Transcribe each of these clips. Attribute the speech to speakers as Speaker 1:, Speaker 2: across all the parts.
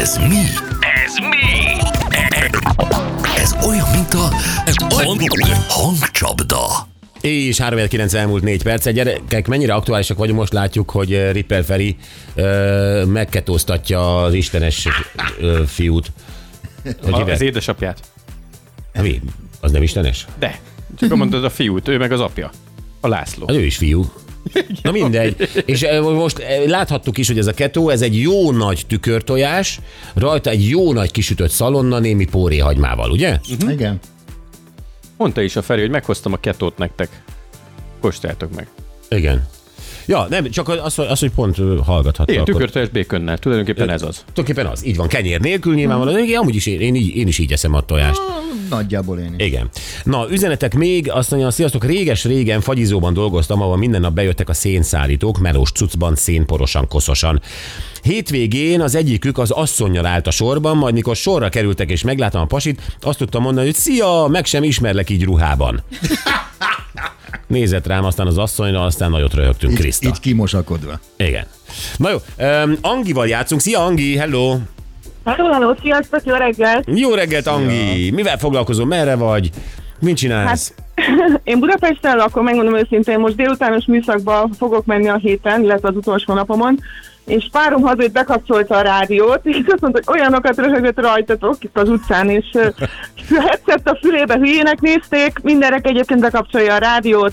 Speaker 1: Ez mi?
Speaker 2: Ez mi?
Speaker 1: Ez olyan, mint a hangcsapda.
Speaker 3: És 3.9 elmúlt 4 perc. Gyerekek, mennyire aktuálisak vagyunk, most látjuk, hogy eh, Ripper Feri eh, megketóztatja az istenes eh, fiút. Hogy
Speaker 4: A, az
Speaker 3: hívják?
Speaker 4: édesapját.
Speaker 3: Mi? Az nem istenes?
Speaker 4: De. Csak mondod a fiút, ő meg az apja. A László.
Speaker 3: Az ő is fiú. Na mindegy. És eh, most eh, láthattuk is, hogy ez a ketó, ez egy jó nagy tükörtojás, rajta egy jó nagy kisütött szalonna némi póréhagymával, ugye?
Speaker 5: Igen.
Speaker 4: Mondta is a Feri, hogy meghoztam a ketót nektek. Kóstoljátok meg.
Speaker 3: Igen. Ja, nem, csak az, az hogy pont ö, hallgathatta.
Speaker 4: Igen,
Speaker 3: akkor.
Speaker 4: tükörteljes békönnel. Tulajdonképpen ez az.
Speaker 3: Tulajdonképpen az. Így van, kenyér nélkül nyilvánvalóan. Igen, amúgy is én, én, így, én is így eszem a tojást.
Speaker 5: Nagyjából én is.
Speaker 3: Igen. Na, üzenetek még, azt mondja, sziasztok, réges-régen fagyizóban dolgoztam, ahol minden nap bejöttek a szénszállítók, melós cuccban, szénporosan, koszosan. Hétvégén az egyikük az asszonynal állt a sorban, majd mikor sorra kerültek és megláttam a pasit, azt tudtam mondani, hogy szia, meg sem ismerlek így ruhában. Nézett rám, aztán az asszonyra, aztán nagyot röhögtünk,
Speaker 5: Így,
Speaker 3: Kriszta.
Speaker 5: így kimosakodva.
Speaker 3: Igen. Na jó, um, Angival játszunk. Szia, Angi, hello!
Speaker 6: Hello, hello, sziasztok, jó reggelt!
Speaker 3: Jó reggelt, Angi! Mivel foglalkozol, merre vagy? Mit csinálsz?
Speaker 6: Hát- Én Budapesten lakom, megmondom őszintén, most délutános műszakba fogok menni a héten, illetve az utolsó napomon, és párom hazajött, bekapcsolta a rádiót, és azt mondta, hogy olyanokat röhögött rajtatok itt az utcán, és ö, headset a fülébe hülyének nézték, mindenek egyébként bekapcsolja a rádiót.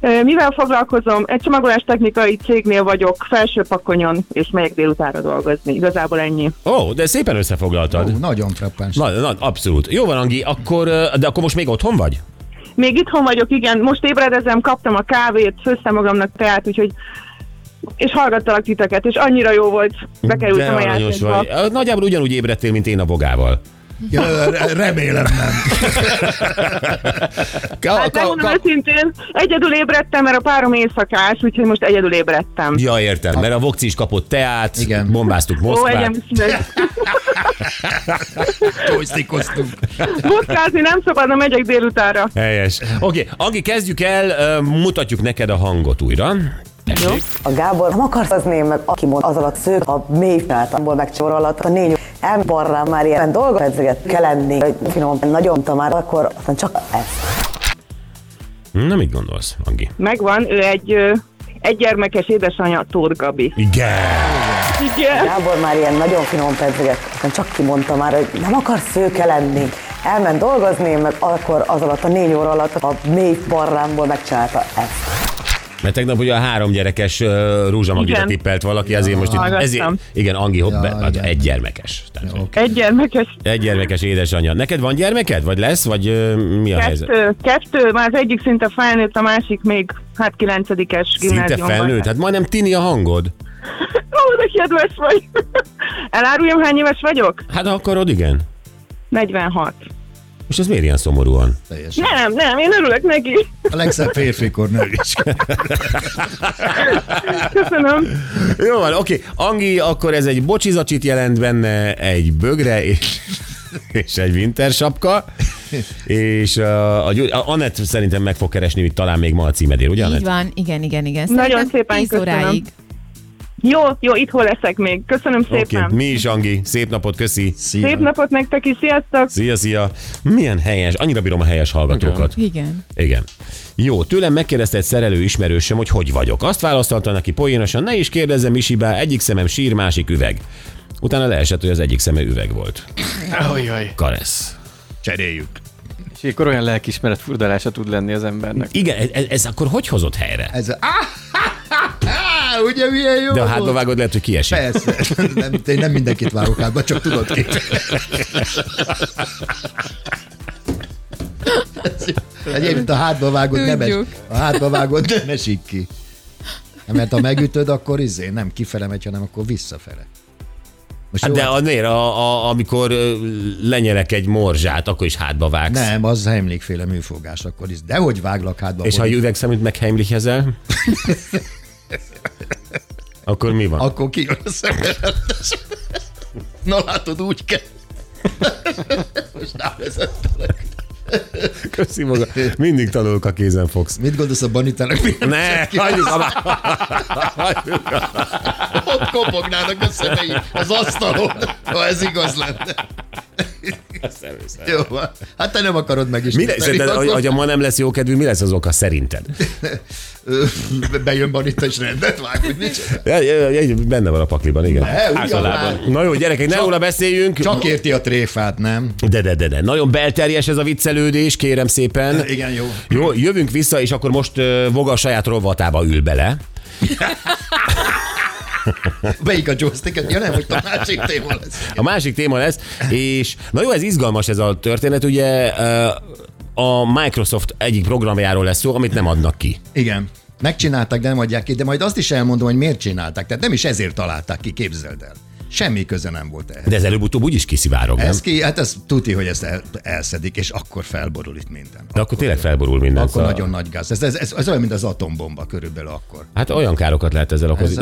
Speaker 6: Ö, Mivel foglalkozom? Egy csomagolás technikai cégnél vagyok, felsőpakonyon, és megyek délutára dolgozni. Igazából ennyi.
Speaker 3: Ó, oh, de szépen összefoglaltad.
Speaker 5: Ó, nagyon frappáns.
Speaker 3: Na, na, abszolút. Jó van, Angi, akkor, ö, de akkor most még otthon vagy?
Speaker 6: Még itthon vagyok, igen, most ébredezem, kaptam a kávét, főztem magamnak teát, úgyhogy és hallgattalak titeket, és annyira jó volt, bekerültem a
Speaker 3: De aranyos
Speaker 6: játékba.
Speaker 3: vagy. Ö, Nagyjából ugyanúgy ébredtél, mint én a vogával.
Speaker 5: Ja, re- remélem nem.
Speaker 3: Ka-
Speaker 6: Hát
Speaker 3: ka-
Speaker 6: megmondom
Speaker 3: ka-
Speaker 6: őszintén, egyedül ébredtem, mert a párom éjszakás, úgyhogy most egyedül ébredtem.
Speaker 3: Ja, értem, mert a Vokci is kapott teát,
Speaker 5: Igen.
Speaker 3: bombáztuk
Speaker 6: Ó,
Speaker 3: Moszkvát.
Speaker 6: egyem színes.
Speaker 5: Tóztikoztunk.
Speaker 6: Vodkázni nem szabadna, megyek délutánra.
Speaker 3: Helyes. Oké, okay. Angi, kezdjük el, ö, mutatjuk neked a hangot újra.
Speaker 7: A Gábor nem akarsz az én meg, aki mond az alatt szők, a mély általból megcsor alatt, a négy emberrel már ilyen dolgot edzeget kell lenni, hogy finom, nagyon tamár, akkor aztán csak ez.
Speaker 3: Na, mit gondolsz, Angi?
Speaker 6: Megvan, ő egy ö, egy gyermekes édesanyja, Tóth Gabi.
Speaker 3: Igen.
Speaker 6: Igen.
Speaker 7: Gábor már ilyen nagyon finom pedzeget, aztán csak kimondta már, hogy nem akarsz szőke lenni. Elment dolgozni, én meg akkor az alatt a négy óra alatt a mély parrámból megcsinálta ezt.
Speaker 3: Mert tegnap ugye a három gyerekes ö, Rúzsa Magdira
Speaker 6: Igen.
Speaker 3: tippelt valaki, ezért most itt...
Speaker 6: Hallgattam.
Speaker 3: Ezért, igen, Angi, hopp,
Speaker 5: Ja,
Speaker 3: be, az
Speaker 5: igen.
Speaker 3: egy gyermekes. Tehát, hogy
Speaker 6: Egy gyermekes
Speaker 3: egy gyermekes édesanyja. Neked van gyermeked? Vagy lesz? Vagy ö, mi a helyzet?
Speaker 6: Kettő, kettő, már az egyik szinte felnőtt, a másik még hát kilencedikes
Speaker 3: Szinte
Speaker 6: gimnáziumban.
Speaker 3: felnőtt? Hát majdnem tini a hangod.
Speaker 6: Ó, de kedves vagy! Eláruljam, hány éves vagyok?
Speaker 3: Hát ha akarod, igen.
Speaker 6: 46.
Speaker 3: És ez miért ilyen szomorúan?
Speaker 5: Teljesen.
Speaker 6: Nem, nem, én örülök neki.
Speaker 5: A legszebb férfikor nő is.
Speaker 6: Köszönöm.
Speaker 3: Jó van, oké. Angi, akkor ez egy bocsizacsit jelent benne, egy bögre és, és egy winter sapka. És uh, a, Gyuri- a Anett szerintem meg fog keresni, hogy talán még ma a címedért, ugye
Speaker 8: Így
Speaker 3: Anett?
Speaker 8: van, igen, igen, igen.
Speaker 6: Nagyon
Speaker 8: Szerintem
Speaker 6: szépen
Speaker 8: 10
Speaker 6: köszönöm.
Speaker 8: óráig.
Speaker 6: Jó, jó, itt hol leszek még. Köszönöm
Speaker 3: Oké,
Speaker 6: szépen.
Speaker 3: mi is Angi, szép napot, köszi.
Speaker 5: Szia.
Speaker 6: Szép napot nektek is, sziasztok!
Speaker 3: Szia, szia. Milyen helyes, annyira bírom a helyes hallgatókat.
Speaker 8: Igen.
Speaker 3: Igen. Jó, tőlem megkérdezte egy szerelő ismerősöm, hogy hogy vagyok. Azt válaszolta neki poénosan, ne is kérdezzem Misibá, egyik szemem sír, másik üveg. Utána leesett, hogy az egyik szeme üveg volt.
Speaker 4: Ajaj.
Speaker 3: Karesz.
Speaker 5: Cseréljük.
Speaker 4: És akkor olyan lelkismeret furdalása tud lenni az embernek.
Speaker 3: Igen, ez, ez akkor hogy hozott helyre?
Speaker 5: Ez a... Ah, ah, ugye milyen jó
Speaker 3: De hát- a
Speaker 5: volt?
Speaker 3: hátba vágod, lehet, hogy kiesik.
Speaker 5: Persze. Nem, én nem mindenkit vágok hátba, csak tudod ki. Egyébként a hátba vágod nem es,
Speaker 8: Tudjuk.
Speaker 5: a hátba vágod nem esik ki. Mert ha megütöd, akkor izé, nem kifele megy, hanem akkor visszafele. Most
Speaker 3: Hát
Speaker 5: jó,
Speaker 3: de a, miért, a, a, amikor ö, lenyelek egy morzsát, akkor is hátba vágsz.
Speaker 5: Nem, az Heimlich-féle műfogás, akkor is. Dehogy váglak hátba.
Speaker 3: És ha
Speaker 5: hogy-
Speaker 3: egy üvegszeműt megheimlichezel, akkor mi van?
Speaker 5: Akkor kijön a szemed. Na látod, úgy kell. Most nem vezettelek.
Speaker 3: Köszi maga. Mindig tanulok, a kézen fogsz.
Speaker 5: Mit gondolsz a banitának?
Speaker 3: Ne, hagyjuk abba. Hagyjuk abba.
Speaker 5: Ott kopognának a szemei az asztalon, ha ez igaz lenne. Jó, van. hát te nem akarod meg is.
Speaker 3: Mi lesz, de, hogy, hogy a ma nem lesz jó kedvű, mi lesz az oka szerinted?
Speaker 5: Bejön Banita és rendet vág, hogy nincs.
Speaker 3: Ja, ja, ja, Benne van a pakliban, igen.
Speaker 5: Ne, ugyan már.
Speaker 3: Na jó, gyerekek, ne róla beszéljünk.
Speaker 5: Csak érti a tréfát, nem?
Speaker 3: De, de, de, de. Nagyon belterjes ez a viccelődés, kérem szépen.
Speaker 5: Igen, jó.
Speaker 3: Jó, jövünk vissza, és akkor most ö, Voga a saját rovatába ül bele.
Speaker 5: Melyik a joysticket? Ja nem, hogy a másik téma lesz.
Speaker 3: A másik téma lesz, és na jó, ez izgalmas ez a történet, ugye ö, a Microsoft egyik programjáról lesz szó, amit nem adnak ki.
Speaker 5: Igen. Megcsinálták, de nem adják ki, de majd azt is elmondom, hogy miért csinálták. Tehát nem is ezért találták ki, képzeld el. Semmi köze nem volt ehhez.
Speaker 3: De ez előbb-utóbb úgyis kiszivárog, nem?
Speaker 5: Ez ki, hát ez tuti, hogy ezt el, elszedik, és akkor felborul itt minden.
Speaker 3: De akkor tényleg felborul minden.
Speaker 5: Akkor
Speaker 3: szóval-
Speaker 5: nagyon nagy gáz. Ez, ez, ez, ez olyan, mint az atombomba körülbelül akkor.
Speaker 3: Hát olyan károkat lehet ezzel okozni.